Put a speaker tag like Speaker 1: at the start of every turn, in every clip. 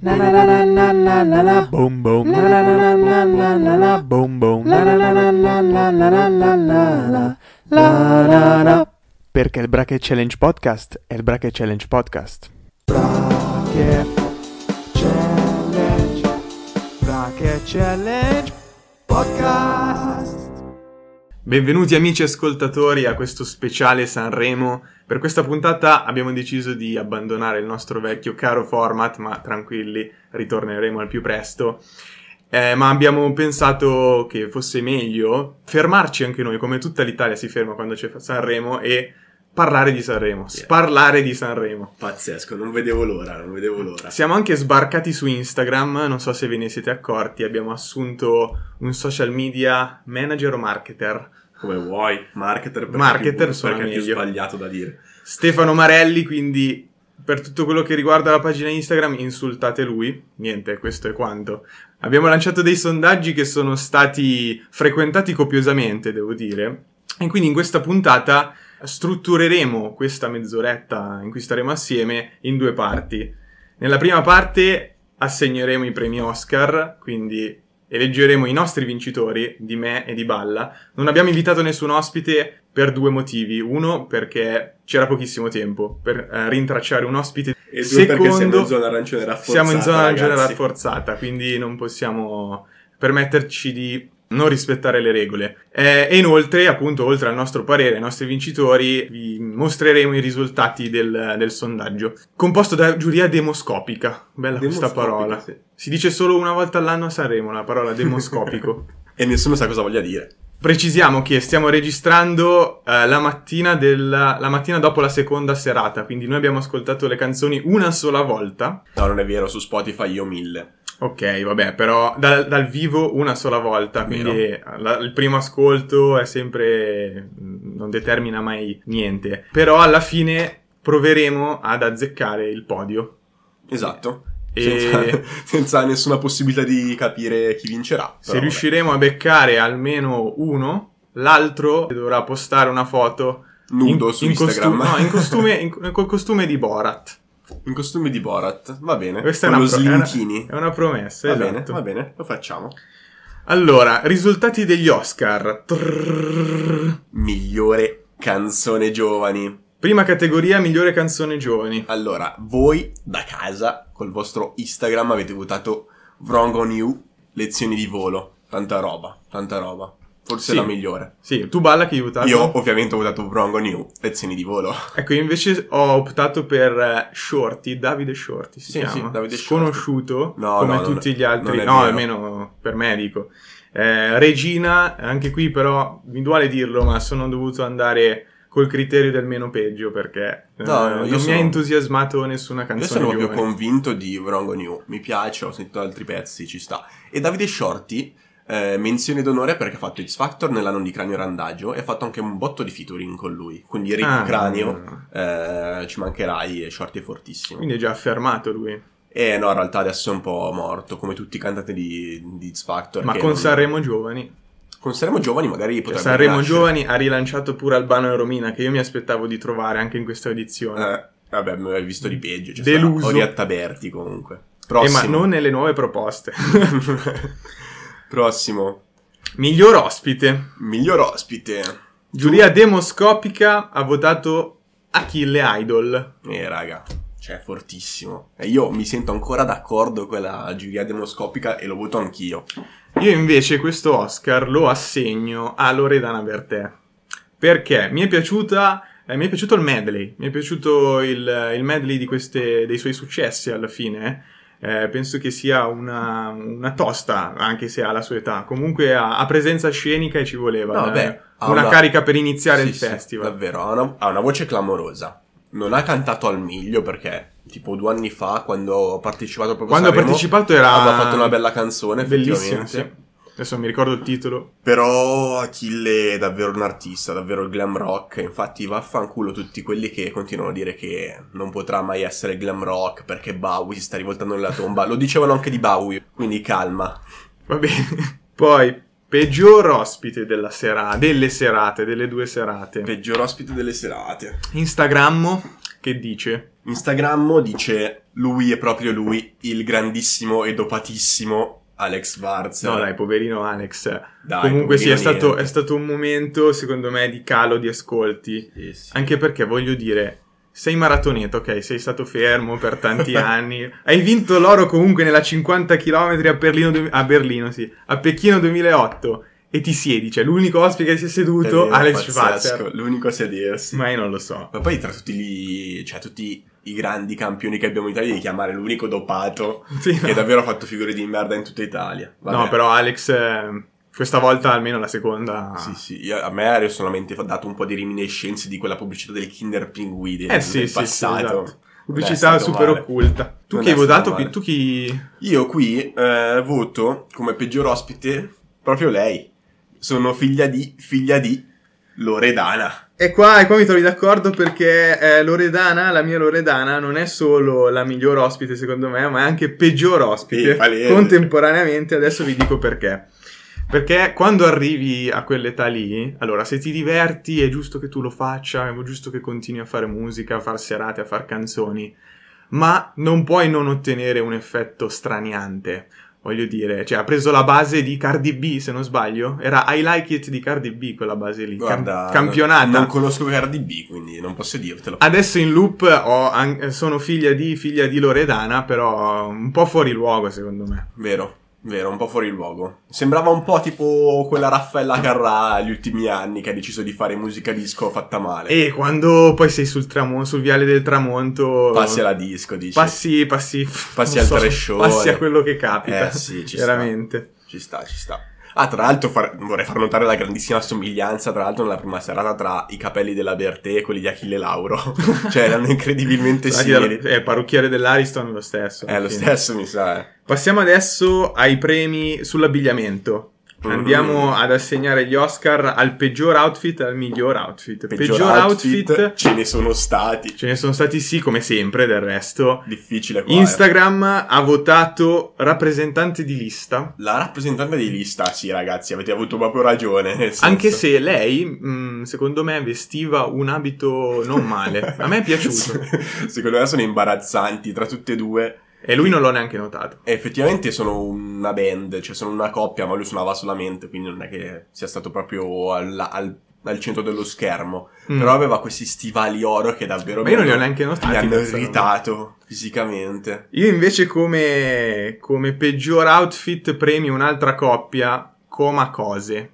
Speaker 1: La la la la la la la la boom boom la la la la la la la la boom boom la la la la la la la la la la la la la la Perché il Bracket Challenge Podcast è il Bracket Challenge Podcast. Bracket Challenge Bracket Challenge Podcast
Speaker 2: Benvenuti amici ascoltatori a questo speciale Sanremo. Per questa puntata abbiamo deciso di abbandonare il nostro vecchio caro format, ma tranquilli, ritorneremo al più presto. Eh, ma abbiamo pensato che fosse meglio fermarci anche noi, come tutta l'Italia si ferma quando c'è Sanremo, e parlare di Sanremo,
Speaker 3: Yeah.
Speaker 2: sparlare di Sanremo.
Speaker 3: Pazzesco, non vedevo l'ora, non vedevo l'ora.
Speaker 2: Siamo anche sbarcati su Instagram, non so se ve ne siete accorti, abbiamo assunto un social media manager o marketer.
Speaker 3: Come vuoi, marketer perché
Speaker 2: Marketer
Speaker 3: più buono,
Speaker 2: suona
Speaker 3: perché è più
Speaker 2: meglio.
Speaker 3: sbagliato da dire.
Speaker 2: Stefano Marelli, quindi per tutto quello che riguarda la pagina Instagram insultate lui. Niente, questo è quanto. Abbiamo lanciato dei sondaggi che sono stati frequentati copiosamente, devo dire. E quindi in questa puntata struttureremo questa mezz'oretta in cui staremo assieme in due parti. Nella prima parte assegneremo i premi Oscar, quindi eleggeremo i nostri vincitori di me e di Balla. Non abbiamo invitato nessun ospite per due motivi. Uno, perché c'era pochissimo tempo per eh, rintracciare un ospite.
Speaker 3: E due perché
Speaker 2: Secondo-
Speaker 3: siamo in zona arancione rafforzata.
Speaker 2: Siamo in zona ragione
Speaker 3: ragazzi.
Speaker 2: rafforzata, quindi non possiamo permetterci di non rispettare le regole. Eh, e inoltre, appunto, oltre al nostro parere, ai nostri vincitori, vi mostreremo i risultati del, del sondaggio. Composto da giuria demoscopica. Bella questa
Speaker 3: Demoscopica,
Speaker 2: parola.
Speaker 3: sì.
Speaker 2: Si dice solo una volta all'anno a Sanremo la parola demoscopico.
Speaker 3: E nessuno sa cosa voglia dire.
Speaker 2: Precisiamo che stiamo registrando eh, la, mattina della- la mattina dopo la seconda serata, quindi noi abbiamo ascoltato le canzoni una sola volta.
Speaker 3: No, non è vero, su Spotify io mille.
Speaker 2: Ok, vabbè, però dal, dal vivo una sola volta, quindi eh, la- il primo ascolto è sempre... mh, non determina mai niente. Però alla fine proveremo ad azzeccare il podio.
Speaker 3: Esatto.
Speaker 2: E-
Speaker 3: Senza, senza nessuna possibilità di capire chi vincerà. però
Speaker 2: Se
Speaker 3: vabbè.
Speaker 2: riusciremo a beccare almeno uno, l'altro dovrà postare una foto
Speaker 3: Nudo
Speaker 2: in,
Speaker 3: su
Speaker 2: in
Speaker 3: Instagram.
Speaker 2: costu- no, in costume, in- col costume di Borat.
Speaker 3: In costume di Borat. Va bene.
Speaker 2: Questa è
Speaker 3: Con
Speaker 2: una,
Speaker 3: lo
Speaker 2: pro- è una-
Speaker 3: slinchini.
Speaker 2: è una promessa,
Speaker 3: Va
Speaker 2: esatto.
Speaker 3: bene, va bene, lo facciamo.
Speaker 2: Allora, risultati degli Oscar. Trrrr.
Speaker 3: Migliore canzone giovani.
Speaker 2: Prima categoria, migliore canzone giovani.
Speaker 3: Allora, voi da casa col vostro Instagram avete votato Wrong on You, lezioni di volo, tanta roba, tanta roba. Forse
Speaker 2: Sì.
Speaker 3: la migliore.
Speaker 2: Sì, tu balla che hai votato?
Speaker 3: Io ovviamente ho votato Wrong on You, lezioni di volo.
Speaker 2: Ecco, io invece ho optato per eh, Shorty, Davide Shorty si
Speaker 3: Sì,
Speaker 2: chiama.
Speaker 3: sì, Davide Shorty.
Speaker 2: Sconosciuto,
Speaker 3: No,
Speaker 2: come
Speaker 3: no, non-
Speaker 2: tutti gli altri.
Speaker 3: non è
Speaker 2: No,
Speaker 3: vero.
Speaker 2: almeno per me dico. Eh, Regina, anche qui però, mi duole dirlo, ma sono dovuto andare col criterio del meno peggio perché eh,
Speaker 3: No, no, io
Speaker 2: non mi ha
Speaker 3: sono-
Speaker 2: entusiasmato nessuna
Speaker 3: Io
Speaker 2: canzone
Speaker 3: sono proprio
Speaker 2: giovane.
Speaker 3: convinto di Wrong on You, mi piace, ho sentito altri pezzi, ci sta. E Davide Shorty, eh, menzione d'onore perché ha fatto X Factor nell'anno di Cranio Randaggio e ha fatto anche un botto di featuring con lui. Quindi Rick
Speaker 2: Ah,
Speaker 3: Cranio, eh, ci mancherai, e Shorty è fortissimo.
Speaker 2: Quindi è già affermato lui.
Speaker 3: Eh no, in realtà adesso è un po' morto, come tutti i cantanti di, di X Factor.
Speaker 2: Ma
Speaker 3: che
Speaker 2: con
Speaker 3: non-
Speaker 2: Sanremo Giovani.
Speaker 3: Con Sanremo Giovani magari
Speaker 2: Cioè,
Speaker 3: potrebbe
Speaker 2: Sanremo
Speaker 3: nascere.
Speaker 2: Giovani ha rilanciato pure Albano e Romina, che io mi aspettavo di trovare anche in questa edizione.
Speaker 3: Eh, vabbè, mi hai visto di peggio. Cioè,
Speaker 2: Deluso.
Speaker 3: Deluso. Orietta Berti comunque.
Speaker 2: Eh,
Speaker 3: Prossimo.
Speaker 2: ma non nelle nuove proposte.
Speaker 3: Prossimo.
Speaker 2: Miglior ospite.
Speaker 3: Miglior ospite.
Speaker 2: Giuria demoscopica ha votato Achille Idol.
Speaker 3: Eh raga, cioè fortissimo. E io mi sento ancora d'accordo con la giuria demoscopica e lo voto anch'io.
Speaker 2: Io invece questo Oscar lo assegno a Loredana Bertè. Perché mi è piaciuta. eh, mi è piaciuto il medley, mi è piaciuto il, il medley di queste- dei suoi successi alla fine. Eh, penso che sia una, una tosta, anche se ha la sua età. Comunque ha, ha presenza scenica e ci voleva.
Speaker 3: No,
Speaker 2: eh,
Speaker 3: beh, ha
Speaker 2: una
Speaker 3: una-
Speaker 2: carica per iniziare
Speaker 3: Sì,
Speaker 2: il
Speaker 3: sì,
Speaker 2: festival.
Speaker 3: davvero, ha una, ha una voce clamorosa. Non ha cantato al miglio perché, tipo, due anni fa, quando ho partecipato proprio
Speaker 2: Quando
Speaker 3: a
Speaker 2: ha
Speaker 3: Sanremo,
Speaker 2: partecipato era.
Speaker 3: aveva fatto una bella canzone,
Speaker 2: Bellissima, sì.
Speaker 3: effettivamente.
Speaker 2: Adesso non mi ricordo il titolo.
Speaker 3: Però Achille è davvero un artista, davvero il glam rock. Infatti, vaffanculo tutti quelli che continuano a dire che non potrà mai essere glam rock perché Bowie si sta rivoltando nella tomba. Lo dicevano anche di Bowie, quindi calma.
Speaker 2: Va bene. Poi, peggior ospite della serata, delle serate, delle due serate.
Speaker 3: Peggior ospite delle serate.
Speaker 2: Instagrammo che dice
Speaker 3: Instagram dice lui è proprio lui, il grandissimo e dopatissimo Alex Varzer.
Speaker 2: No dai, poverino Alex.
Speaker 3: Dai,
Speaker 2: Comunque sì,
Speaker 3: poverino
Speaker 2: è stato,
Speaker 3: niente.
Speaker 2: è stato un momento, secondo me, di calo di ascolti.
Speaker 3: Sì, sì.
Speaker 2: Anche perché voglio dire, sei maratoneto, ok, sei stato fermo per tanti anni, hai vinto l'oro comunque nella 50 km a Berlino, du- a Berlino, sì, a Pechino 2008 e ti siedi, cioè l'unico ospite che si è
Speaker 3: È
Speaker 2: seduto,
Speaker 3: vero,
Speaker 2: Alex
Speaker 3: pazzesco,
Speaker 2: Schwarzer.
Speaker 3: L'unico a sedersi.
Speaker 2: Ma io non lo so.
Speaker 3: Ma poi tra tutti, gli, cioè, tutti i grandi campioni che abbiamo in Italia, di chiamare l'unico dopato
Speaker 2: Sì,
Speaker 3: che
Speaker 2: no.
Speaker 3: davvero ha fatto figure di merda in tutta Italia. Vabbè.
Speaker 2: No, però Alex, eh, questa volta almeno la seconda...
Speaker 3: Sì, sì, io- a me aereo solamente fa- dato un po' di reminiscenze di quella pubblicità del Kinder Pinguide
Speaker 2: Eh sì,
Speaker 3: del
Speaker 2: sì, sì,
Speaker 3: passato.
Speaker 2: esatto.
Speaker 3: Non è
Speaker 2: Pubblicità
Speaker 3: stato
Speaker 2: super
Speaker 3: male.
Speaker 2: occulta. Tu
Speaker 3: Non
Speaker 2: chi
Speaker 3: è
Speaker 2: hai votato?
Speaker 3: stato male.
Speaker 2: Chi- Tu chi...
Speaker 3: Io qui eh, voto come peggior ospite proprio lei. Sono figlia di, figlia di Loredana.
Speaker 2: E qua, e qua mi trovi d'accordo perché eh, Loredana, la mia Loredana, non è solo la miglior ospite secondo me, ma è anche peggior ospite
Speaker 3: Sì, palese.
Speaker 2: contemporaneamente. Adesso vi dico perché. Perché quando arrivi a quell'età lì, allora se ti diverti è giusto che tu lo faccia, è giusto che continui a fare musica, a far serate, a far canzoni, ma non puoi non ottenere un effetto straniante. Voglio dire, cioè ha preso la base di Cardi B, se non sbaglio. Era I Like It di Cardi B quella base lì, cam-
Speaker 3: Guarda,
Speaker 2: campionata.
Speaker 3: Non conosco Cardi B, quindi non posso dirtelo.
Speaker 2: Adesso in loop ho an- sono figlia di figlia di Loredana, però un po' fuori luogo secondo me.
Speaker 3: Vero, vero, un po' fuori luogo. Sembrava un po' tipo quella Raffaella Carrà gli ultimi anni che ha deciso di fare musica disco fatta male.
Speaker 2: E quando poi sei sul, tramo- sul viale del tramonto...
Speaker 3: Passi alla disco, dici.
Speaker 2: Passi, passi,
Speaker 3: Passi
Speaker 2: non
Speaker 3: al trescione.
Speaker 2: Passi a quello che capita.
Speaker 3: Eh, sì, ci sta.
Speaker 2: Veramente.
Speaker 3: Ci sta, ci sta. Ah, tra l'altro far- vorrei far notare la grandissima somiglianza, tra l'altro, nella prima serata tra i capelli della Bertè e quelli di Achille Lauro. cioè, erano incredibilmente
Speaker 2: Infatti,
Speaker 3: simili.
Speaker 2: eh, parrucchiere dell'Ariston lo stesso.
Speaker 3: È Eh, lo
Speaker 2: Sì.
Speaker 3: stesso, mi sa. eh.
Speaker 2: Passiamo adesso ai premi sull'abbigliamento.
Speaker 3: Mm.
Speaker 2: Andiamo ad assegnare gli Oscar al peggior outfit e al miglior outfit.
Speaker 3: Peggior, outfit, ce ne sono stati.
Speaker 2: ce ne sono stati sì, come sempre, del resto.
Speaker 3: Difficile qua. eh.
Speaker 2: Instagram ha votato rappresentante di lista.
Speaker 3: La rappresentante di lista, sì, ragazzi, avete avuto proprio ragione. nel senso-
Speaker 2: Anche se lei, mh, secondo me, vestiva un abito non male. A me è piaciuto.
Speaker 3: Secondo me sono imbarazzanti tra tutte e due.
Speaker 2: E lui non l'ho neanche notato.
Speaker 3: E effettivamente sono una band, cioè sono una coppia, ma lui suonava solamente, quindi non è che sia stato proprio al, al- al centro dello schermo.
Speaker 2: Mm.
Speaker 3: Però aveva questi stivali oro che davvero
Speaker 2: Ma io non
Speaker 3: mi
Speaker 2: li ho
Speaker 3: hanno-
Speaker 2: neanche notati.
Speaker 3: mi hanno
Speaker 2: questa roba.
Speaker 3: irritato fisicamente.
Speaker 2: Io invece come, come peggior outfit premio un'altra coppia, Coma Cose,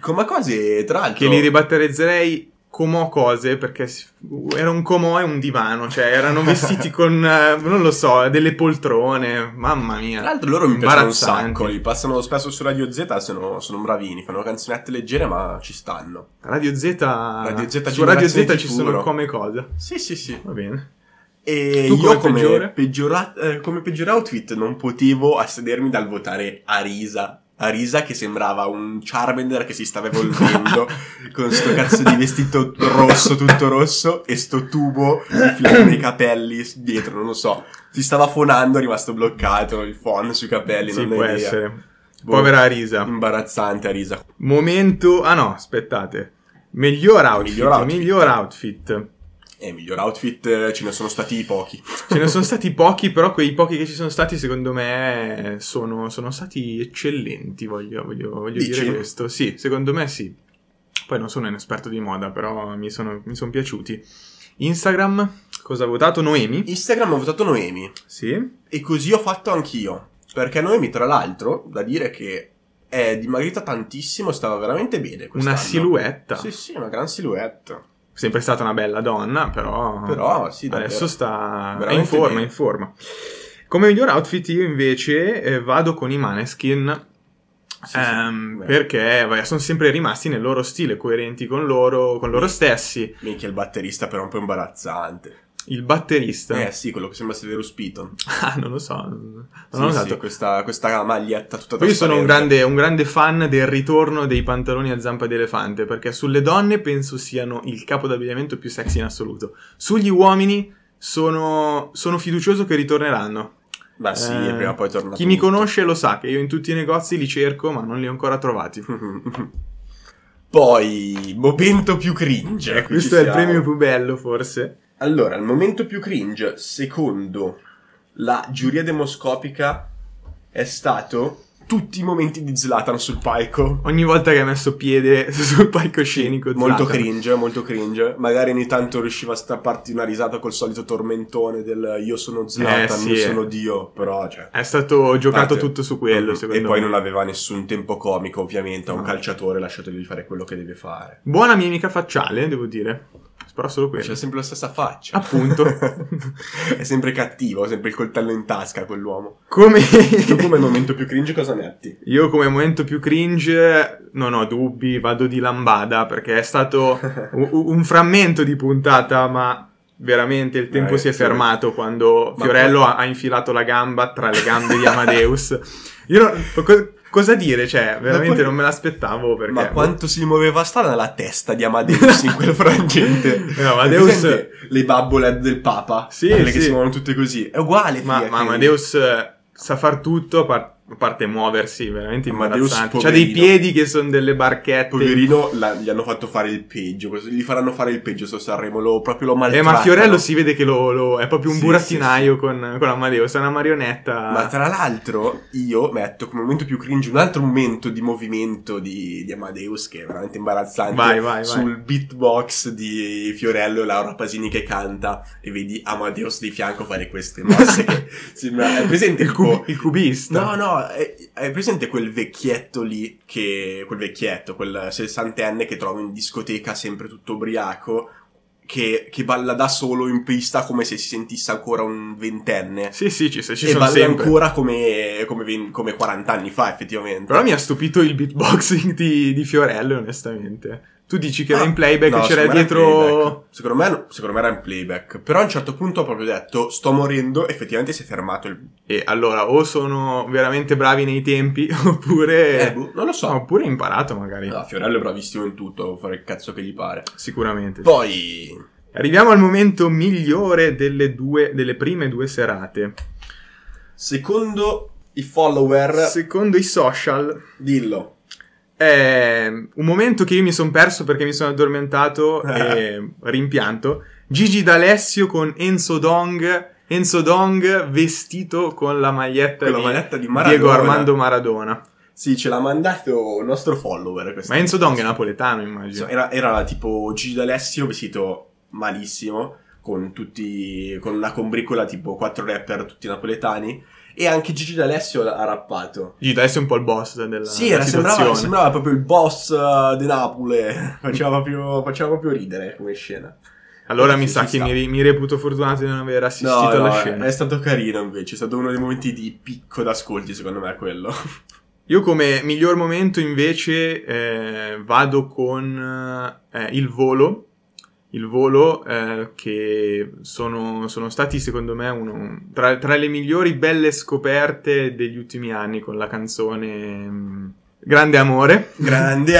Speaker 3: Come cose, tra l'altro...
Speaker 2: che li ribatterezzerei Comò Cose perché si- era un comò e un divano, cioè erano vestiti con, eh, non lo so, delle poltrone, mamma mia.
Speaker 3: Tra l'altro loro mi piacciono un
Speaker 2: Imbarazzanti.
Speaker 3: sacco, li passano spesso su Radio Z, sono, sono bravini, fanno canzonette leggere ma ci stanno.
Speaker 2: Radio Z,
Speaker 3: Radio Z
Speaker 2: su Radio Z
Speaker 3: Generazione
Speaker 2: ci
Speaker 3: Futuro.
Speaker 2: sono come Cose,
Speaker 3: Sì, sì, sì.
Speaker 2: va bene.
Speaker 3: E
Speaker 2: Tu
Speaker 3: io
Speaker 2: come
Speaker 3: come,
Speaker 2: peggiore?
Speaker 3: peggiora- eh, come peggior outfit non potevo assedermi dal votare Arisa. Arisa che sembrava un Charmander che si stava evolvendo con sto cazzo di vestito rosso, tutto rosso, e sto tubo infilato nei capelli dietro, non lo so. Si stava fonando, è rimasto bloccato il phon sui capelli,
Speaker 2: Sì,
Speaker 3: eh, non ho
Speaker 2: può
Speaker 3: idea.
Speaker 2: essere.
Speaker 3: Boh,
Speaker 2: Povera Risa.
Speaker 3: Imbarazzante Arisa.
Speaker 2: Momento, ah no, aspettate. Miglior outfit,
Speaker 3: Miglior outfit.
Speaker 2: miglior outfit.
Speaker 3: E miglior outfit eh, ce ne sono stati pochi.
Speaker 2: Ce ne sono stati pochi, però quei pochi che ci sono stati, secondo me, sono, sono stati eccellenti. Voglio, voglio- voglio
Speaker 3: Dici?
Speaker 2: dire questo. Sì, secondo me sì. Poi non sono un esperto di moda, però mi sono, mi son piaciuti. Instagram, cosa ha votato? Noemi?
Speaker 3: Instagram ho votato Noemi.
Speaker 2: Sì.
Speaker 3: E così ho fatto anch'io. Perché Noemi, tra l'altro, da dire che è dimagrita tantissimo, stava veramente bene. quest'anno.
Speaker 2: Una silhouette.
Speaker 3: Sì, sì, una gran silhouette.
Speaker 2: Sempre stata una bella donna, però.
Speaker 3: Però sì, davvero.
Speaker 2: adesso sta. È in
Speaker 3: Veramente
Speaker 2: forma,
Speaker 3: bene.
Speaker 2: è in forma. Come miglior outfit, io invece eh, vado con i Maneskin.
Speaker 3: Sì, sì,
Speaker 2: Ehm,
Speaker 3: beh.
Speaker 2: perché vabbè, sono sempre rimasti nel loro stile, coerenti con loro, con loro
Speaker 3: Sì.
Speaker 2: stessi.
Speaker 3: Minchia, il batterista però è un po' imbarazzante.
Speaker 2: Il batterista,
Speaker 3: Eh sì, quello che sembra Severus Piton.
Speaker 2: ah, non lo so, non
Speaker 3: Sì,
Speaker 2: l'ho
Speaker 3: sì,
Speaker 2: notato.
Speaker 3: questa, questa maglietta tutta
Speaker 2: Poi io sono un
Speaker 3: trasparente.
Speaker 2: grande, un grande fan del ritorno dei pantaloni a zampa di elefante, perché sulle donne penso siano il capo d'abbigliamento più sexy in assoluto. Sugli uomini sono, sono fiducioso che ritorneranno.
Speaker 3: Ma Ah, sì,
Speaker 2: Eh,
Speaker 3: prima o poi torna
Speaker 2: Chi mi
Speaker 3: tutto.
Speaker 2: conosce lo sa che io in tutti i negozi li cerco, ma non li ho ancora trovati.
Speaker 3: Poi, momento più cringe.
Speaker 2: Eh,
Speaker 3: qui
Speaker 2: questo
Speaker 3: ci
Speaker 2: Cioè, è il
Speaker 3: siamo.
Speaker 2: premio più bello, forse.
Speaker 3: Allora, il momento più cringe, secondo la giuria demoscopica, è stato tutti i momenti di Zlatan sul palco.
Speaker 2: Ogni volta che ha messo piede sul palcoscenico,
Speaker 3: Molto
Speaker 2: Zlatan.
Speaker 3: cringe, molto cringe. Magari ogni tanto riusciva a strapparti una risata col solito tormentone del io sono Zlatan,
Speaker 2: sì,
Speaker 3: io
Speaker 2: eh.
Speaker 3: sono Dio, però cioè...
Speaker 2: È stato giocato
Speaker 3: Parte-
Speaker 2: tutto su quello,
Speaker 3: Mhm.
Speaker 2: secondo
Speaker 3: E poi
Speaker 2: me. Ah.
Speaker 3: non aveva nessun tempo comico, ovviamente, a un
Speaker 2: No.
Speaker 3: calciatore lasciatogli fare quello che deve fare.
Speaker 2: Buona mimica facciale, devo dire. Spero solo
Speaker 3: Ma
Speaker 2: quello. Ah.
Speaker 3: C'è sempre la stessa faccia.
Speaker 2: Appunto.
Speaker 3: è sempre cattivo, ha sempre il coltello in tasca quell'uomo.
Speaker 2: Come...
Speaker 3: Tu come momento più cringe cosa metti?
Speaker 2: Io come momento più cringe non ho dubbi, vado di lambada perché è stato u- u- un frammento di puntata, ma veramente il tempo
Speaker 3: Eh,
Speaker 2: si è
Speaker 3: sì.
Speaker 2: fermato quando
Speaker 3: Ma
Speaker 2: Fiorello
Speaker 3: poi-
Speaker 2: ha, ha infilato la gamba tra le gambe di Amadeus. Io non- co- cosa dire, cioè, veramente
Speaker 3: poi-
Speaker 2: non me l'aspettavo perché
Speaker 3: Ma quanto si muoveva strana la testa di Amadeus in quel frangente.
Speaker 2: No, Eh, Amadeus-
Speaker 3: Presente Le babbole del Papa.
Speaker 2: Sì,
Speaker 3: quelle
Speaker 2: sì.
Speaker 3: che si muovono tutte così. È uguale.
Speaker 2: ma,
Speaker 3: figa,
Speaker 2: ma
Speaker 3: quindi.
Speaker 2: Amadeus eh, sa far tutto a, par- a parte muoversi, veramente
Speaker 3: Amadeus,
Speaker 2: imbarazzante. C'ha dei
Speaker 3: poverino.
Speaker 2: piedi che sono delle barchette.
Speaker 3: Poverino, la- gli hanno fatto fare il peggio. così- Gli faranno fare il peggio sto Sanremo. Lo, proprio lo
Speaker 2: Eh,
Speaker 3: maltrattano.
Speaker 2: ma Fiorello si vede che lo, lo- è proprio un
Speaker 3: Sì,
Speaker 2: burattinaio Con, con Amadeus, è una marionetta.
Speaker 3: Ma tra l'altro, io metto come momento più cringe un altro momento di movimento di, di Amadeus che è veramente imbarazzante.
Speaker 2: Vai, vai, vai.
Speaker 3: sul beatbox di Fiorello e Laura Pasini che canta e vedi Amadeus di fianco fare queste mosse. che sembra, è presente
Speaker 2: il,
Speaker 3: tipo-
Speaker 2: cubi- il cubista.
Speaker 3: No, no, è, è presente quel vecchietto lì, che, quel vecchietto, quel sessantenne che trovo in discoteca sempre tutto ubriaco, che, che balla da solo in pista come se si sentisse ancora un ventenne.
Speaker 2: Sì, sì, ci, ci
Speaker 3: e
Speaker 2: sono
Speaker 3: balla
Speaker 2: sempre.
Speaker 3: ancora come, come, ven- come 40 anni fa, effettivamente.
Speaker 2: Però mi ha stupito il beatboxing di, di Fiorello, onestamente. Tu dici che era
Speaker 3: Ah,
Speaker 2: in playback,
Speaker 3: no,
Speaker 2: c'era
Speaker 3: secondo me era in
Speaker 2: dietro...
Speaker 3: playback. Secondo me, secondo me era in playback. Però a un certo punto ho proprio detto, sto morendo, effettivamente si è fermato il...
Speaker 2: E allora, o sono veramente bravi nei tempi, oppure...
Speaker 3: Eh, boh, non lo so.
Speaker 2: No, oppure imparato magari.
Speaker 3: No, Fiorello è bravissimo in tutto, può fare il cazzo che gli pare.
Speaker 2: Sicuramente.
Speaker 3: Boh. Poi...
Speaker 2: Arriviamo al momento migliore delle, due, delle prime due serate.
Speaker 3: Secondo i follower,
Speaker 2: Secondo i social,
Speaker 3: dillo.
Speaker 2: è un momento che io mi sono perso perché mi sono addormentato e rimpianto. Gigi D'Alessio con Enzo Dong. Enzo Dong vestito con la maglietta
Speaker 3: Con la
Speaker 2: di
Speaker 3: maglietta di Maradona.
Speaker 2: Diego Armando Maradona.
Speaker 3: Sì, ce l'ha mandato un nostro follower. questa-
Speaker 2: Ma Enzo Dong è napoletano, immagino.
Speaker 3: Insomma, Era, era tipo Gigi D'Alessio vestito malissimo, con tutti, con una combricola tipo quattro rapper tutti napoletani. E anche Gigi D'Alessio ha rappato.
Speaker 2: Gigi D'Alessio è un po' il boss della
Speaker 3: Sì,
Speaker 2: della
Speaker 3: era, sembrava,
Speaker 2: situazione.
Speaker 3: sembrava proprio il boss eh, di Napoli. faceva, proprio, faceva proprio ridere come scena.
Speaker 2: Allora mi
Speaker 3: Sì,
Speaker 2: sa
Speaker 3: ci
Speaker 2: che
Speaker 3: sta.
Speaker 2: mi, ri- mi reputo fortunato di non aver assistito
Speaker 3: No,
Speaker 2: alla
Speaker 3: no,
Speaker 2: scena.
Speaker 3: è stato carino invece. È stato uno dei momenti di picco d'ascolti, secondo me, quello.
Speaker 2: Io come miglior momento invece eh, vado con eh, il volo, il volo eh, che sono, sono stati secondo me uno, tra, tra le migliori belle scoperte degli ultimi anni con la canzone mm, Grande Amore.
Speaker 3: Grande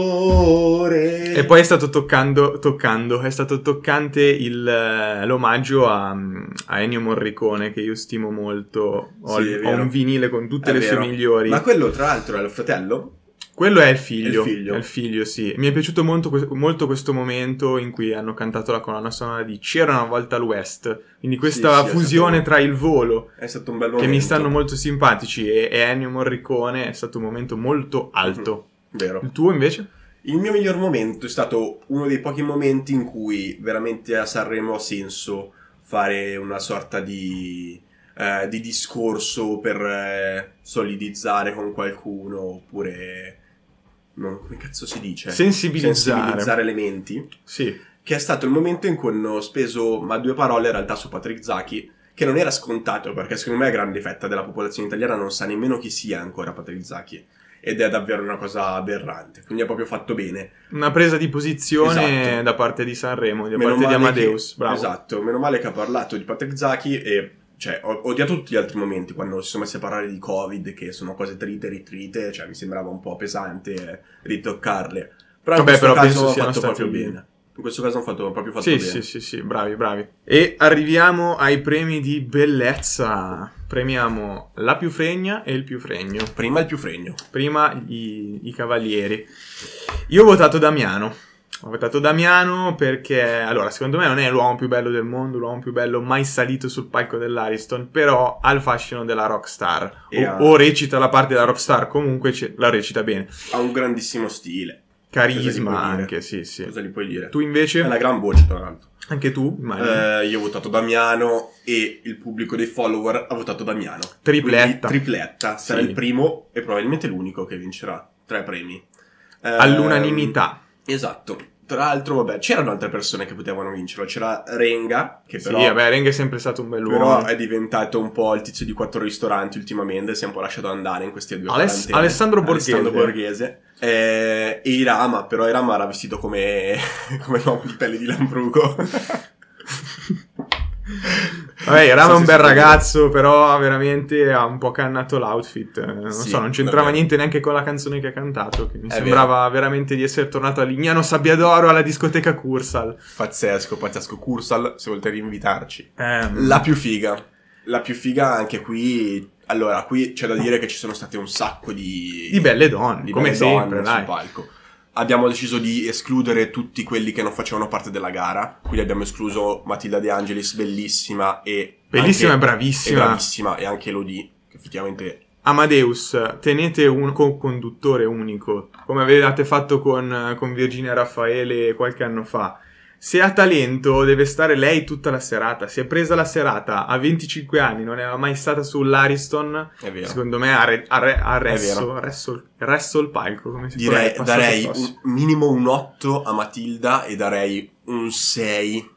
Speaker 3: amore.
Speaker 2: E poi è stato toccando, toccando, è stato toccante il, eh, l'omaggio a, mm, a Ennio Morricone che io stimo molto, ho,
Speaker 3: Sì, è
Speaker 2: ho
Speaker 3: vero.
Speaker 2: un vinile con tutte
Speaker 3: È
Speaker 2: le
Speaker 3: vero.
Speaker 2: sue migliori.
Speaker 3: Ma quello, tra l'altro, è il fratello?
Speaker 2: Quello è il figlio.
Speaker 3: È il figlio.
Speaker 2: È il figlio, sì. Mi è piaciuto molto, que- molto questo momento in cui hanno cantato la colonna sonora di C'era una volta l'West. Quindi questa
Speaker 3: Sì, sì, è
Speaker 2: fusione
Speaker 3: stato-
Speaker 2: tra il volo,
Speaker 3: È stato un bel
Speaker 2: che
Speaker 3: momento.
Speaker 2: mi stanno molto simpatici, e, e Ennio Morricone, è stato un momento
Speaker 3: Mm-hmm.
Speaker 2: molto alto.
Speaker 3: Vero.
Speaker 2: Il tuo invece?
Speaker 3: Il mio miglior momento è stato uno dei pochi momenti in cui veramente a Sanremo ha senso fare una sorta di, eh, di discorso per eh, solidizzare con qualcuno oppure... non- come cazzo si dice?
Speaker 2: Sensibilizzare.
Speaker 3: Cioè, Sensibilizzare le menti.
Speaker 2: Sì.
Speaker 3: che è stato il momento in cui hanno speso ma due parole in realtà su Patrick Zachi, che non era scontato, perché secondo me la grande fetta della popolazione italiana non sa nemmeno chi sia ancora Patrick Zachi. Ed è davvero una cosa aberrante, quindi ha proprio fatto bene.
Speaker 2: Una presa di posizione
Speaker 3: Esatto.
Speaker 2: da parte di Sanremo, da
Speaker 3: Meno
Speaker 2: parte di
Speaker 3: male
Speaker 2: Amadeus.
Speaker 3: che-
Speaker 2: Bravo.
Speaker 3: Esatto, meno male che ha parlato di Patrick Zachi e cioè, ho ho odiato tutti gli altri momenti quando si sono messi a parlare di Covid, che sono cose trite, ritrite, cioè mi sembrava un po' pesante eh, ritoccarle. Però
Speaker 2: Vabbè,
Speaker 3: in questo
Speaker 2: però penso
Speaker 3: caso ha
Speaker 2: siano
Speaker 3: fatto
Speaker 2: stati-
Speaker 3: proprio bene. In questo caso hanno fatto proprio fatto
Speaker 2: Sì,
Speaker 3: bene.
Speaker 2: sì, sì, sì, bravi, bravi. E arriviamo ai premi di bellezza. Premiamo la più fregna e il più fregno.
Speaker 3: Prima il più fregno.
Speaker 2: Prima i, i cavalieri. Io ho votato Damiano. Ho votato Damiano perché, allora, secondo me non è l'uomo più bello del mondo, l'uomo più bello mai salito sul palco dell'Ariston, però ha il fascino della rockstar.
Speaker 3: E
Speaker 2: O,
Speaker 3: ha-
Speaker 2: o recita la parte della rockstar, comunque ce- la recita bene.
Speaker 3: Ha un grandissimo stile. Cosa gli
Speaker 2: Carisma
Speaker 3: puoi dire?
Speaker 2: anche, sì, sì.
Speaker 3: Cosa gli puoi dire?
Speaker 2: Tu invece,
Speaker 3: È una gran voce, tra l'altro.
Speaker 2: anche tu, immagino.
Speaker 3: Eh, io ho votato Damiano e il pubblico dei follower ha votato Damiano.
Speaker 2: Tripletta.
Speaker 3: Quindi tripletta. Sarà
Speaker 2: Sì.
Speaker 3: il primo e probabilmente l'unico che vincerà tre premi. Eh,
Speaker 2: all'unanimità.
Speaker 3: Esatto. Tra l'altro, vabbè, c'erano altre persone che potevano vincerlo. C'era Renga, che però,
Speaker 2: sì, vabbè, Renga è sempre stato un
Speaker 3: però
Speaker 2: bell'uomo.
Speaker 3: è diventato un po' il tizio di quattro ristoranti ultimamente. Si è un po' lasciato andare in queste due
Speaker 2: Aless-
Speaker 3: quarantene.
Speaker 2: Alessandro Borghese.
Speaker 3: Alessandro Borghese. Eh, e Irama, però Irama era vestito come, come l'uomo di pelle di Lambruco.
Speaker 2: Vabbè, Rama è
Speaker 3: Sì,
Speaker 2: un
Speaker 3: sì,
Speaker 2: bel
Speaker 3: sì.
Speaker 2: ragazzo, però veramente ha un po' cannato l'outfit. eh, Non
Speaker 3: Sì,
Speaker 2: so, non c'entrava
Speaker 3: davvero.
Speaker 2: niente neanche con la canzone che ha cantato. Che mi
Speaker 3: È
Speaker 2: sembrava veramente di essere tornato a Lignano Sabbiadoro alla discoteca Cursal.
Speaker 3: Pazzesco, pazzesco. Cursal, se volete rinvitarci.
Speaker 2: Ehm,
Speaker 3: La più figa. La più figa anche qui. Allora, qui c'è da dire che ci sono state un sacco di...
Speaker 2: Di belle donne,
Speaker 3: di
Speaker 2: come
Speaker 3: belle
Speaker 2: sempre,
Speaker 3: donne
Speaker 2: dai.
Speaker 3: sul palco. Abbiamo deciso di escludere tutti quelli che non facevano parte della gara. Quindi abbiamo escluso Matilda De Angelis, bellissima e...
Speaker 2: Bellissima
Speaker 3: anche-
Speaker 2: e bravissima.
Speaker 3: E bravissima, e anche Elodie, che effettivamente...
Speaker 2: Amadeus, tenete un co- conduttore unico, come avevate fatto con, con Virginia Raffaele qualche anno fa. Se ha talento, deve stare lei tutta la serata. Si è presa la serata a 25 anni, non era mai stata sull'Ariston.
Speaker 3: È vero.
Speaker 2: Secondo me ha, re- ha, re- ha resso,
Speaker 3: vero.
Speaker 2: resso- resso il palco. Come si
Speaker 3: Direi,
Speaker 2: può dire,
Speaker 3: darei
Speaker 2: passato il
Speaker 3: un, minimo un 8 a Matilda e darei un 6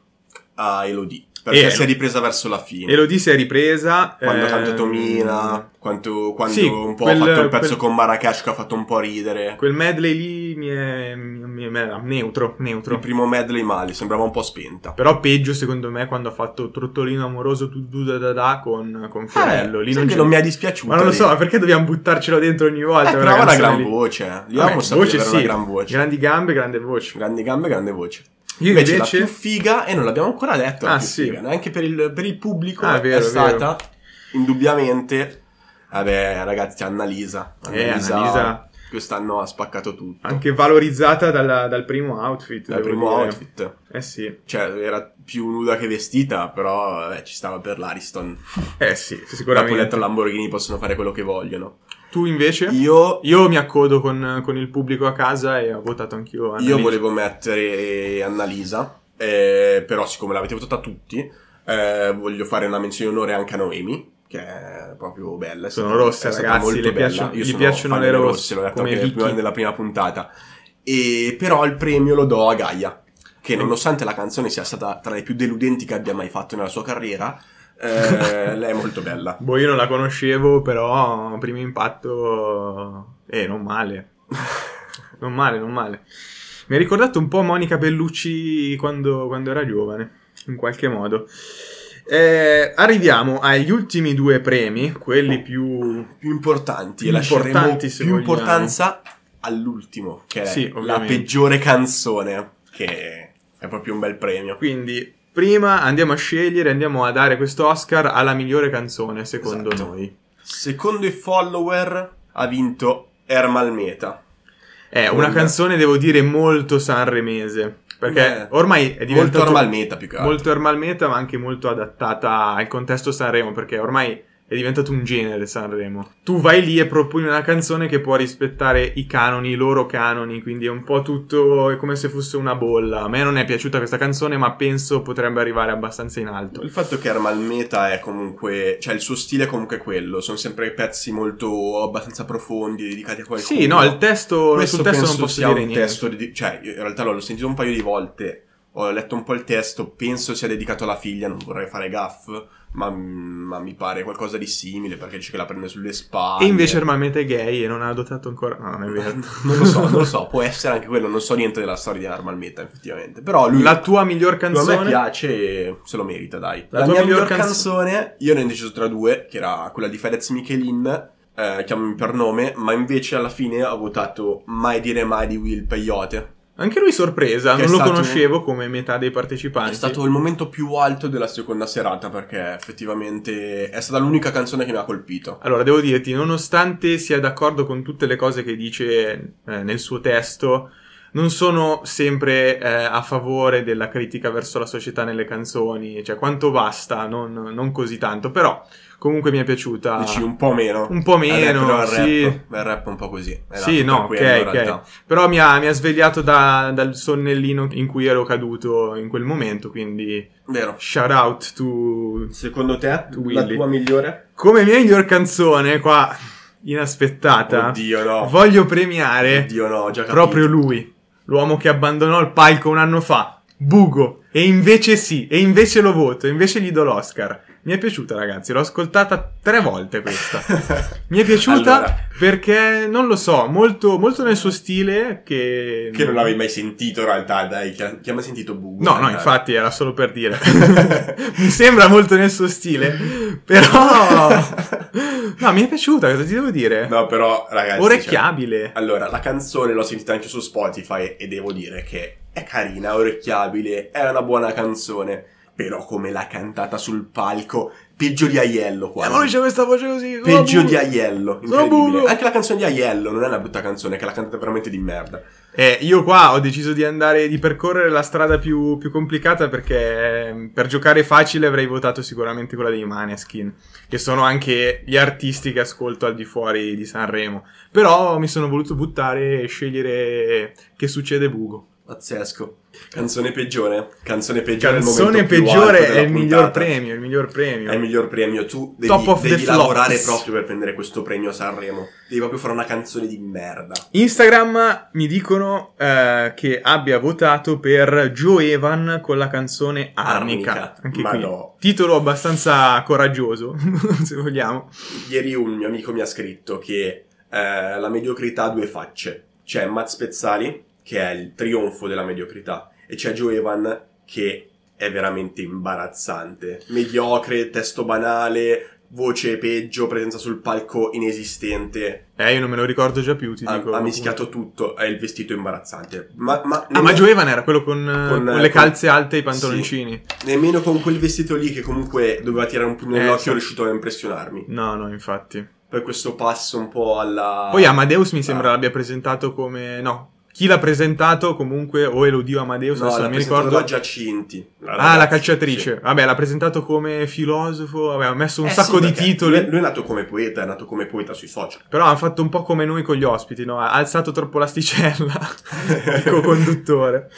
Speaker 3: a Elodie. Perché
Speaker 2: Elo-
Speaker 3: si è ripresa verso la fine.
Speaker 2: prossimo. Elodie si è ripresa.
Speaker 3: quando ha
Speaker 2: ehm,
Speaker 3: cantato Mina, quanto, quando
Speaker 2: sì,
Speaker 3: un po'
Speaker 2: quel-
Speaker 3: ha fatto il pezzo
Speaker 2: quel-
Speaker 3: con Marrakesh che ha fatto un po' ridere.
Speaker 2: Quel medley lì mi è, mi è- mi è- neutro, neutro.
Speaker 3: Il primo medley male, sembrava un po' spenta.
Speaker 2: Però peggio secondo me quando ha fatto Trottolino amoroso tu tu da da da con, con Fiorello.
Speaker 3: Eh,
Speaker 2: lì
Speaker 3: sai
Speaker 2: non
Speaker 3: che
Speaker 2: c'è-
Speaker 3: non mi è dispiaciuto.
Speaker 2: Ma non lo
Speaker 3: lì.
Speaker 2: so, ma perché dobbiamo buttarcelo dentro ogni volta?
Speaker 3: Eh,
Speaker 2: quella
Speaker 3: però ha una
Speaker 2: canzone
Speaker 3: gran
Speaker 2: lì?
Speaker 3: voce. eh. Io
Speaker 2: Vabbè,
Speaker 3: amo sapere
Speaker 2: voce
Speaker 3: avere
Speaker 2: sì.
Speaker 3: una gran voce.
Speaker 2: Grandi gambe, grande voce.
Speaker 3: Grandi gambe, grande voce.
Speaker 2: Io
Speaker 3: invece,
Speaker 2: invece...
Speaker 3: la più figa, e non l'abbiamo ancora detto, la
Speaker 2: Ah,
Speaker 3: più
Speaker 2: sì.
Speaker 3: figa, neanche per il, per il pubblico,
Speaker 2: Ah, è vero,
Speaker 3: è
Speaker 2: è
Speaker 3: stata indubbiamente, vabbè ragazzi, Annalisa.
Speaker 2: Eh, Annalisa.
Speaker 3: Esatto. Quest'anno ha spaccato tutto.
Speaker 2: Anche valorizzata dalla- dal primo outfit.
Speaker 3: Dal
Speaker 2: devo
Speaker 3: primo
Speaker 2: dire.
Speaker 3: outfit.
Speaker 2: Eh sì,
Speaker 3: Cioè, era più nuda che vestita, però vabbè, ci stava per l'Ariston.
Speaker 2: eh sì,
Speaker 3: Dopo
Speaker 2: sicuramente.
Speaker 3: letto Lamborghini possono fare quello che vogliono.
Speaker 2: Tu invece?
Speaker 3: Io,
Speaker 2: Io mi accodo con, con il pubblico a casa e ho votato anch'io.
Speaker 3: io
Speaker 2: Annalisa.
Speaker 3: volevo mettere Annalisa, eh, però siccome l'avete votata tutti, eh, voglio fare una menzione in onore anche a Noemi, che è proprio bella. è
Speaker 2: Sono
Speaker 3: stata-
Speaker 2: rosse,
Speaker 3: è stata
Speaker 2: ragazzi,
Speaker 3: molto
Speaker 2: le
Speaker 3: bella.
Speaker 2: piacciono-
Speaker 3: Io
Speaker 2: gli
Speaker 3: sono
Speaker 2: piacciono
Speaker 3: fan
Speaker 2: le
Speaker 3: delle
Speaker 2: rosse,
Speaker 3: l'ho detto
Speaker 2: come
Speaker 3: anche nella
Speaker 2: Vicky.
Speaker 3: prima- nella prima puntata. E, però il premio lo do a Gaia, che
Speaker 2: Mm.
Speaker 3: nonostante la canzone sia stata tra le più deludenti che abbia mai fatto nella sua carriera, eh, lei è molto bella.
Speaker 2: Boh, io non la conoscevo, però primo impatto... Eh, non male. Non male, non male. Mi ha ricordato un po' Monica Bellucci quando, quando era giovane, in qualche modo. Eh, arriviamo agli ultimi due premi, quelli più...
Speaker 3: Oh, più importanti e
Speaker 2: Più
Speaker 3: lasceremo
Speaker 2: importanti, se
Speaker 3: più
Speaker 2: vogliamo.
Speaker 3: importanza all'ultimo, che è
Speaker 2: Sì,
Speaker 3: la
Speaker 2: ovviamente.
Speaker 3: peggiore canzone, che è proprio un bel premio.
Speaker 2: Quindi, prima andiamo a scegliere, andiamo a dare questo Oscar alla migliore canzone, secondo
Speaker 3: Esatto.
Speaker 2: noi.
Speaker 3: Secondo i follower ha vinto Ermal Meta.
Speaker 2: È Eh, una
Speaker 3: Beh.
Speaker 2: canzone, devo dire, molto sanremese, perché
Speaker 3: Beh,
Speaker 2: ormai è
Speaker 3: Molto
Speaker 2: diventato...
Speaker 3: Ermal Meta più che altro.
Speaker 2: molto Ermal Meta, ma anche molto adattata al contesto Sanremo, perché ormai è diventato un genere Sanremo. Tu vai lì e proponi una canzone che può rispettare i canoni, i loro canoni, quindi è un po' tutto è come se fosse una bolla. A me non è piaciuta questa canzone, ma penso potrebbe arrivare abbastanza in alto.
Speaker 3: Il fatto che Ermal Meta è comunque, cioè il suo stile è comunque quello, sono sempre pezzi molto abbastanza profondi, dedicati a qualcuno.
Speaker 2: Sì, no, il testo,
Speaker 3: Questo
Speaker 2: sul testo
Speaker 3: penso
Speaker 2: non posso
Speaker 3: sia
Speaker 2: dire
Speaker 3: un
Speaker 2: niente.
Speaker 3: testo di- cioè, io in realtà l'ho l'ho sentito un paio di volte, ho letto un po' il testo, penso sia dedicato alla figlia, non vorrei fare gaff, ma, ma mi pare qualcosa di simile perché dice che la prende sulle spalle.
Speaker 2: E invece Ermal Meta è gay e non ha dotato ancora... No, non è vero.
Speaker 3: non lo so, non lo so, può essere anche quello, non so niente della storia di Armal Meta effettivamente, però lui
Speaker 2: La tua miglior
Speaker 3: a me
Speaker 2: canzone...
Speaker 3: piace e se lo merita, dai.
Speaker 2: La
Speaker 3: La,
Speaker 2: tua
Speaker 3: mia
Speaker 2: miglior
Speaker 3: miglior canzone, io ne ho deciso tra due, che era quella di Fedez Michelin, eh, chiamami per nome, ma invece alla fine ho votato Mai dire mai di Will Peyote.
Speaker 2: Anche lui sorpresa,
Speaker 3: Che
Speaker 2: non
Speaker 3: è
Speaker 2: lo
Speaker 3: stato-
Speaker 2: conoscevo come metà dei partecipanti.
Speaker 3: È stato il momento più alto della seconda serata perché effettivamente è stata l'unica canzone che mi ha colpito.
Speaker 2: Allora, devo dirti, nonostante sia d'accordo con tutte le cose che dice eh, nel suo testo, non sono sempre eh, a favore della critica verso la società nelle canzoni, cioè quanto basta, non, non così tanto, però comunque mi è piaciuta.
Speaker 3: Dici un po' meno.
Speaker 2: Ah. Un po' meno,
Speaker 3: Vabbè, però
Speaker 2: sì.
Speaker 3: il rap, Esatto, il rap è un po' così. È nato
Speaker 2: Sì,
Speaker 3: per
Speaker 2: no,
Speaker 3: quello,
Speaker 2: ok,
Speaker 3: in realtà.
Speaker 2: ok. Però mi ha, mi ha svegliato da- dal sonnellino in cui ero caduto in quel momento, quindi
Speaker 3: Vero.
Speaker 2: shout out to...
Speaker 3: Secondo te, la
Speaker 2: Willy.
Speaker 3: tua migliore?
Speaker 2: Come miglior canzone, qua, inaspettata,
Speaker 3: Oddio no.
Speaker 2: voglio premiare
Speaker 3: Oh. Oddio no, ho già capito.
Speaker 2: proprio lui, l'uomo che abbandonò il palco un anno fa, Bugo, e invece sì, e invece lo voto, e invece gli do l'Oscar. Mi è piaciuta ragazzi, l'ho ascoltata tre volte questa. Mi è piaciuta
Speaker 3: Allora.
Speaker 2: perché, non lo so, molto, molto nel suo stile che...
Speaker 3: Che non l'avevi mai sentito in realtà, dai, chi ha, chi ha mai sentito Bugo?
Speaker 2: No, no,
Speaker 3: Dai.
Speaker 2: infatti era solo per dire. mi sembra molto nel suo stile, però... No, mi è piaciuta, cosa ti devo dire?
Speaker 3: No, però, ragazzi...
Speaker 2: Orecchiabile.
Speaker 3: cioè, allora, la canzone l'ho sentita anche su Spotify e devo dire che è carina, orecchiabile, è una buona canzone, però come l'ha cantata sul palco, peggio di Aiello
Speaker 2: Eh,
Speaker 3: quasi.
Speaker 2: ma lui c'ha questa voce così. sono
Speaker 3: Peggio
Speaker 2: Bugo.
Speaker 3: di Aiello,
Speaker 2: Sono
Speaker 3: incredibile.
Speaker 2: Bugo.
Speaker 3: Anche la canzone di Aiello non è una brutta canzone, che l'ha cantata veramente di merda.
Speaker 2: Eh, io qua ho deciso di andare, di percorrere la strada più, più complicata perché ehm, per giocare facile avrei votato sicuramente quella dei Maneskin, che sono anche gli artisti che ascolto al di fuori di Sanremo. Però mi sono voluto buttare e scegliere che succede Bugo.
Speaker 3: Pazzesco. Canzone peggiore? Canzone peggiore è il
Speaker 2: Canzone
Speaker 3: momento più
Speaker 2: peggiore è
Speaker 3: alto della
Speaker 2: il miglior
Speaker 3: puntata.
Speaker 2: premio, il miglior premio.
Speaker 3: È il miglior premio. Tu devi,
Speaker 2: Top of
Speaker 3: devi
Speaker 2: the
Speaker 3: lavorare
Speaker 2: flops.
Speaker 3: proprio per prendere questo premio a Sanremo. Devi proprio fare una canzone di merda.
Speaker 2: Instagram mi dicono eh, che abbia votato per Joe Evan con la canzone Arnica.
Speaker 3: Arnica.
Speaker 2: Ah, Anche
Speaker 3: Ma
Speaker 2: qui.
Speaker 3: no.
Speaker 2: Titolo abbastanza coraggioso, se vogliamo.
Speaker 3: Ieri un mio amico mi ha scritto che eh, la mediocrità ha due facce. C'è Matt Spezzali, che è il trionfo della mediocrità, e c'è Joe Evan, che è veramente imbarazzante. Mediocre, testo banale, voce peggio, presenza sul palco inesistente.
Speaker 2: Eh, io non me lo ricordo già più, ti
Speaker 3: Ha,
Speaker 2: dico.
Speaker 3: Ah, ha mischiato tutto, è il vestito imbarazzante. Ma, ma,
Speaker 2: Ah, ma Joe Evan era quello con, eh,
Speaker 3: Con,
Speaker 2: con
Speaker 3: eh,
Speaker 2: le
Speaker 3: con-
Speaker 2: calze alte e i pantaloncini.
Speaker 3: Nemmeno con quel vestito lì che comunque doveva tirare un pugno
Speaker 2: Eh,
Speaker 3: nell'occhio
Speaker 2: sì.
Speaker 3: è riuscito a impressionarmi.
Speaker 2: No, no, infatti.
Speaker 3: Poi questo passo un po' alla...
Speaker 2: Poi Amadeus mi sembra
Speaker 3: Ah.
Speaker 2: l'abbia presentato come... No, chi l'ha presentato comunque, o Elodio Amadeus,
Speaker 3: No,
Speaker 2: adesso
Speaker 3: l'ha
Speaker 2: non mi
Speaker 3: presentato
Speaker 2: ricordo.
Speaker 3: da Giacinti.
Speaker 2: Ah, la
Speaker 3: ragazza,
Speaker 2: calciatrice.
Speaker 3: sì.
Speaker 2: Vabbè, l'ha presentato come filosofo, vabbè, ha messo un
Speaker 3: Eh
Speaker 2: sacco
Speaker 3: sì,
Speaker 2: di
Speaker 3: perché
Speaker 2: titoli.
Speaker 3: Lui, lui è nato come poeta, è nato come poeta sui social.
Speaker 2: Però hanno fatto un po' come noi con gli ospiti, no? Ha alzato troppo l'asticella, il co-conduttore.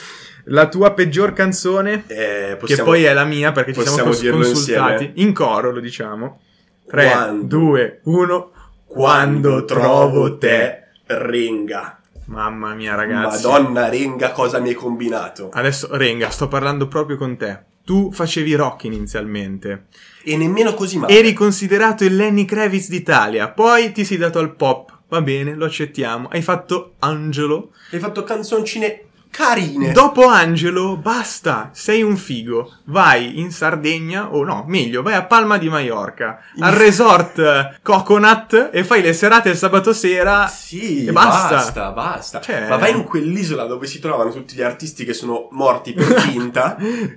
Speaker 2: La tua peggior canzone,
Speaker 3: Eh,
Speaker 2: che
Speaker 3: possiamo-
Speaker 2: poi è la mia perché ci siamo
Speaker 3: possiamo
Speaker 2: cons-
Speaker 3: dirlo
Speaker 2: consultati,
Speaker 3: insieme?
Speaker 2: in coro lo diciamo. 3,
Speaker 3: Quando-
Speaker 2: 2, 1. Quando trovo te.
Speaker 3: Renga.
Speaker 2: Mamma mia, ragazzi. Ah.
Speaker 3: Madonna Renga, cosa mi hai combinato?
Speaker 2: Adesso, Renga, sto parlando proprio con te. Tu facevi rock inizialmente.
Speaker 3: E nemmeno così male.
Speaker 2: Eri considerato il Lenny Kravitz d'Italia, poi ti sei dato al pop. Va bene, lo accettiamo. Hai fatto Angelo.
Speaker 3: Hai fatto canzoncine carine.
Speaker 2: Dopo Angelo, basta, sei un figo. Vai in Sardegna, o no, meglio, vai a Palma di Maiorca, al resort eh, Coconut e fai le serate il sabato sera.
Speaker 3: Sì,
Speaker 2: E basta.
Speaker 3: basta, basta.
Speaker 2: Cioè-
Speaker 3: Ma vai in quell'isola dove si trovano tutti gli artisti che sono morti per finta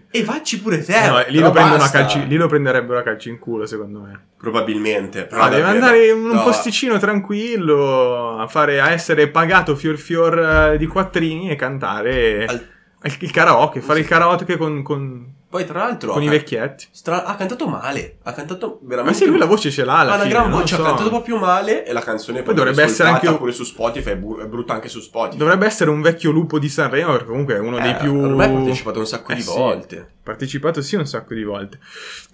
Speaker 3: e vacci pure te.
Speaker 2: Eh, No, lì
Speaker 3: però
Speaker 2: lo, prendono a
Speaker 3: basta.
Speaker 2: calci- lì lo prenderebbero a calci in culo, secondo me.
Speaker 3: Probabilmente, però
Speaker 2: No, Ah, deve
Speaker 3: davvero,
Speaker 2: andare in un
Speaker 3: no.
Speaker 2: posticino tranquillo a, fare, a essere pagato fior fior eh, di quattrini e cantare
Speaker 3: Al-
Speaker 2: al- il karaoke, fare il karaoke con, con-
Speaker 3: Poi tra l'altro
Speaker 2: con i
Speaker 3: ha-
Speaker 2: vecchietti.
Speaker 3: stra- ha cantato male, ha cantato eh, veramente
Speaker 2: Ma sì, lui la voce ce l'ha alla
Speaker 3: ha una
Speaker 2: fine,
Speaker 3: gran
Speaker 2: non
Speaker 3: voce, ha
Speaker 2: so.
Speaker 3: cantato proprio male e la canzone
Speaker 2: Poi dovrebbe essere
Speaker 3: ascoltata
Speaker 2: anche-
Speaker 3: pure su Spotify, è, bu- è brutta anche su Spotify.
Speaker 2: Dovrebbe essere un vecchio lupo di Sanremo, perché comunque è uno dei
Speaker 3: Eh,
Speaker 2: più.
Speaker 3: ormai ha partecipato un sacco
Speaker 2: Eh
Speaker 3: di
Speaker 2: sì.
Speaker 3: volte.
Speaker 2: Partecipato sì un sacco di volte.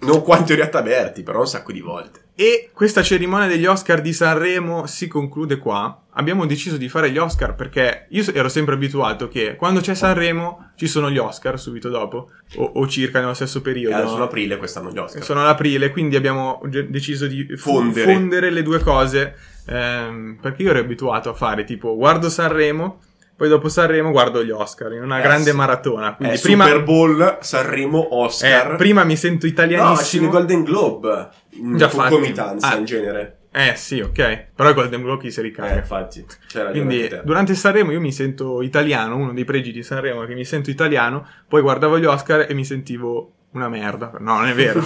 Speaker 3: Non quanto in realtà aperti, però un sacco di volte.
Speaker 2: E questa cerimonia degli Oscar di Sanremo si conclude qua. Abbiamo deciso di fare gli Oscar perché io ero sempre abituato che quando c'è Sanremo ci sono gli Oscar subito dopo, o, o circa nello stesso periodo.
Speaker 3: Eh, sono aprile quest'anno gli Oscar.
Speaker 2: Sono ad aprile, quindi abbiamo ge- deciso di f-
Speaker 3: Fondere.
Speaker 2: fondere le due cose. ehm, perché io ero abituato a fare tipo guardo Sanremo, poi dopo Sanremo guardo gli Oscar in una
Speaker 3: Eh,
Speaker 2: grande
Speaker 3: sì.
Speaker 2: maratona. Quindi
Speaker 3: Eh,
Speaker 2: prima,
Speaker 3: Super Bowl, Sanremo, Oscar.
Speaker 2: eh, prima mi sento
Speaker 3: No, ci sono i
Speaker 2: italianissimo.
Speaker 3: Golden Globe. In
Speaker 2: Già fatti.
Speaker 3: concomitanza
Speaker 2: Ah.
Speaker 3: in genere.
Speaker 2: eh sì, ok. Però il Golden Globe chi si
Speaker 3: Eh,
Speaker 2: ricaga.
Speaker 3: infatti. C'era
Speaker 2: Quindi durante Sanremo io mi sento italiano, uno dei pregi di Sanremo è che mi sento italiano, poi guardavo gli Oscar e mi sentivo una merda. No, non è vero.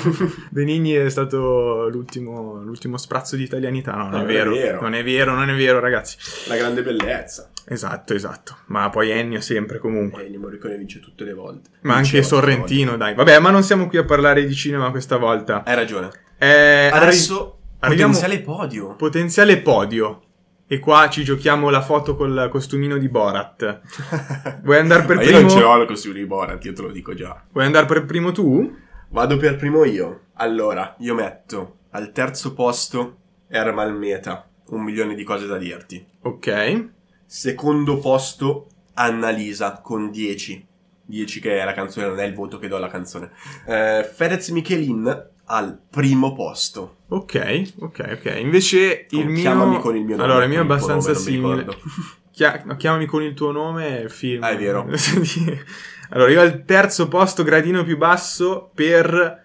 Speaker 2: Benigni è stato l'ultimo, l'ultimo sprazzo di italianità. No, non,
Speaker 3: No,
Speaker 2: è, vero. Non è vero, non è vero, ragazzi.
Speaker 3: La grande bellezza.
Speaker 2: Esatto, esatto. Ma poi Ennio sempre comunque.
Speaker 3: E Morricone vince tutte le volte.
Speaker 2: Ma anche
Speaker 3: Vinceva tutte le
Speaker 2: Sorrentino, dai. Vabbè, ma non siamo qui a parlare di cinema questa volta.
Speaker 3: volte. Hai ragione.
Speaker 2: Eh,
Speaker 3: Adesso
Speaker 2: arriviamo-
Speaker 3: potenziale podio.
Speaker 2: arri- potenziale podio. E qua ci giochiamo la foto col costumino di Borat. Vuoi andare per
Speaker 3: Ma Io
Speaker 2: primo?
Speaker 3: non ce l'ho lo costume di Borat, io te lo dico già.
Speaker 2: Vuoi andare per primo tu?
Speaker 3: Vado per primo io. Allora, io metto al terzo posto Ermal Meta. Un milione di cose da dirti.
Speaker 2: Ok.
Speaker 3: Secondo posto Annalisa con 10. 10 che è la canzone, non è il voto che do alla canzone. Eh, Fedez Michelin al primo posto.
Speaker 2: Ok, ok, ok. Invece il
Speaker 3: Con
Speaker 2: mio...
Speaker 3: Oh, Chiamami con il mio nome.
Speaker 2: Allora, il mio è
Speaker 3: con tuo
Speaker 2: abbastanza
Speaker 3: nome, non mi
Speaker 2: simile.
Speaker 3: ricordo.
Speaker 2: Chia- no, chiamami con il tuo nome e film.
Speaker 3: Ah, è vero.
Speaker 2: allora, io al terzo posto, gradino più basso, per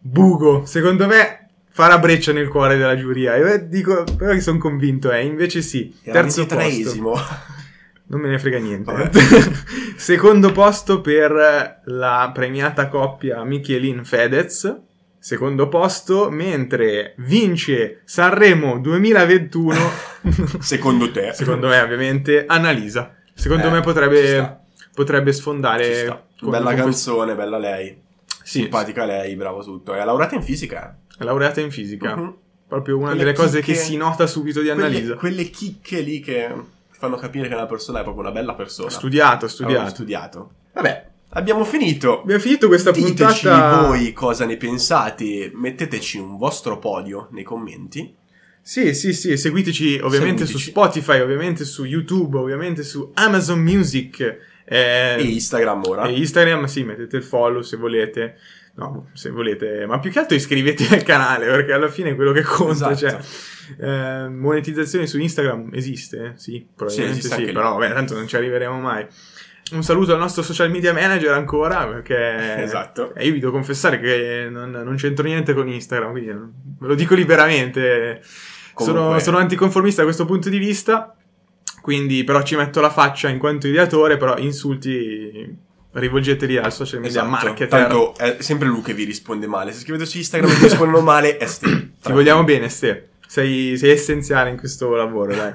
Speaker 2: Bugo. Secondo me fa la breccia nel cuore della giuria. Io eh, dico, però che sono convinto, eh. Invece sì.
Speaker 3: Era
Speaker 2: terzo posto.
Speaker 3: ventitreesimo.
Speaker 2: Non me ne frega niente.
Speaker 3: Vabbè.
Speaker 2: Secondo posto per la premiata coppia Michelin Fedez. Secondo posto, mentre vince Sanremo 2021.
Speaker 3: Secondo te?
Speaker 2: Secondo me, ovviamente, Annalisa. Secondo
Speaker 3: Eh,
Speaker 2: me
Speaker 3: ci
Speaker 2: potrebbe,
Speaker 3: sta,
Speaker 2: potrebbe
Speaker 3: ci sta.
Speaker 2: sfondare. Eh, con-
Speaker 3: Bella
Speaker 2: con questo-
Speaker 3: canzone, bella lei.
Speaker 2: Sì,
Speaker 3: Simpatica lei, bravo tutto. È laureata in fisica. eh.
Speaker 2: è laureata in fisica.
Speaker 3: Mhm.
Speaker 2: Proprio una
Speaker 3: Quelle
Speaker 2: delle cose che
Speaker 3: chicche-
Speaker 2: si nota subito di Annalisa.
Speaker 3: Quelle, quelle chicche lì che fanno capire che una persona è proprio una bella persona.
Speaker 2: Ha studiato, ha studiato.
Speaker 3: Avevamo studiato. Vabbè, abbiamo finito.
Speaker 2: Abbiamo finito questa
Speaker 3: Diteci
Speaker 2: puntata.
Speaker 3: voi cosa ne pensate, metteteci un vostro podio nei commenti.
Speaker 2: Sì, sì, sì. Seguiteci ovviamente su
Speaker 3: Seguiteci.
Speaker 2: Spotify, ovviamente su YouTube, ovviamente su Amazon Music. eh,
Speaker 3: E Instagram ora.
Speaker 2: e Eh, Instagram, sì, mettete il follow se volete. No, se volete, ma più che altro iscrivetevi al canale perché alla fine è quello che conta.
Speaker 3: Esatto.
Speaker 2: Cioè, Eh, monetizzazione su Instagram esiste? eh? Sì, probabilmente
Speaker 3: esiste
Speaker 2: sì,
Speaker 3: anche lì.
Speaker 2: però vabbè, tanto non ci arriveremo mai. Un saluto al nostro social media manager ancora perché
Speaker 3: Esatto.
Speaker 2: eh, io vi devo confessare che non, non c'entro niente con Instagram, quindi non- ve lo dico liberamente. Sono,
Speaker 3: Comunque-
Speaker 2: sono anticonformista da questo punto di vista, quindi però ci metto la faccia in quanto ideatore, però insulti rivolgetevi al social media
Speaker 3: Esatto.
Speaker 2: marketer.
Speaker 3: Tanto è sempre lui che vi risponde male. Se scrivete su Instagram e vi rispondono male, è ste.
Speaker 2: Ti vogliamo bene, Ste. Sei, sei essenziale in questo lavoro, dai.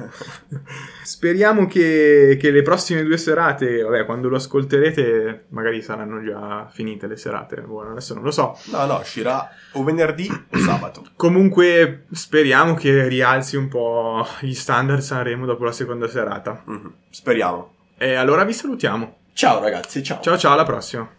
Speaker 2: Speriamo che, che le prossime due serate, vabbè, quando lo ascolterete, magari saranno già finite le serate. Buono, adesso non lo so.
Speaker 3: No, no, uscirà o venerdì o sabato.
Speaker 2: Comunque, speriamo che rialzi un po' gli standard Sanremo dopo la seconda serata.
Speaker 3: Mhm. Speriamo.
Speaker 2: E allora vi salutiamo.
Speaker 3: Ciao ragazzi, ciao.
Speaker 2: Ciao, ciao, alla prossima.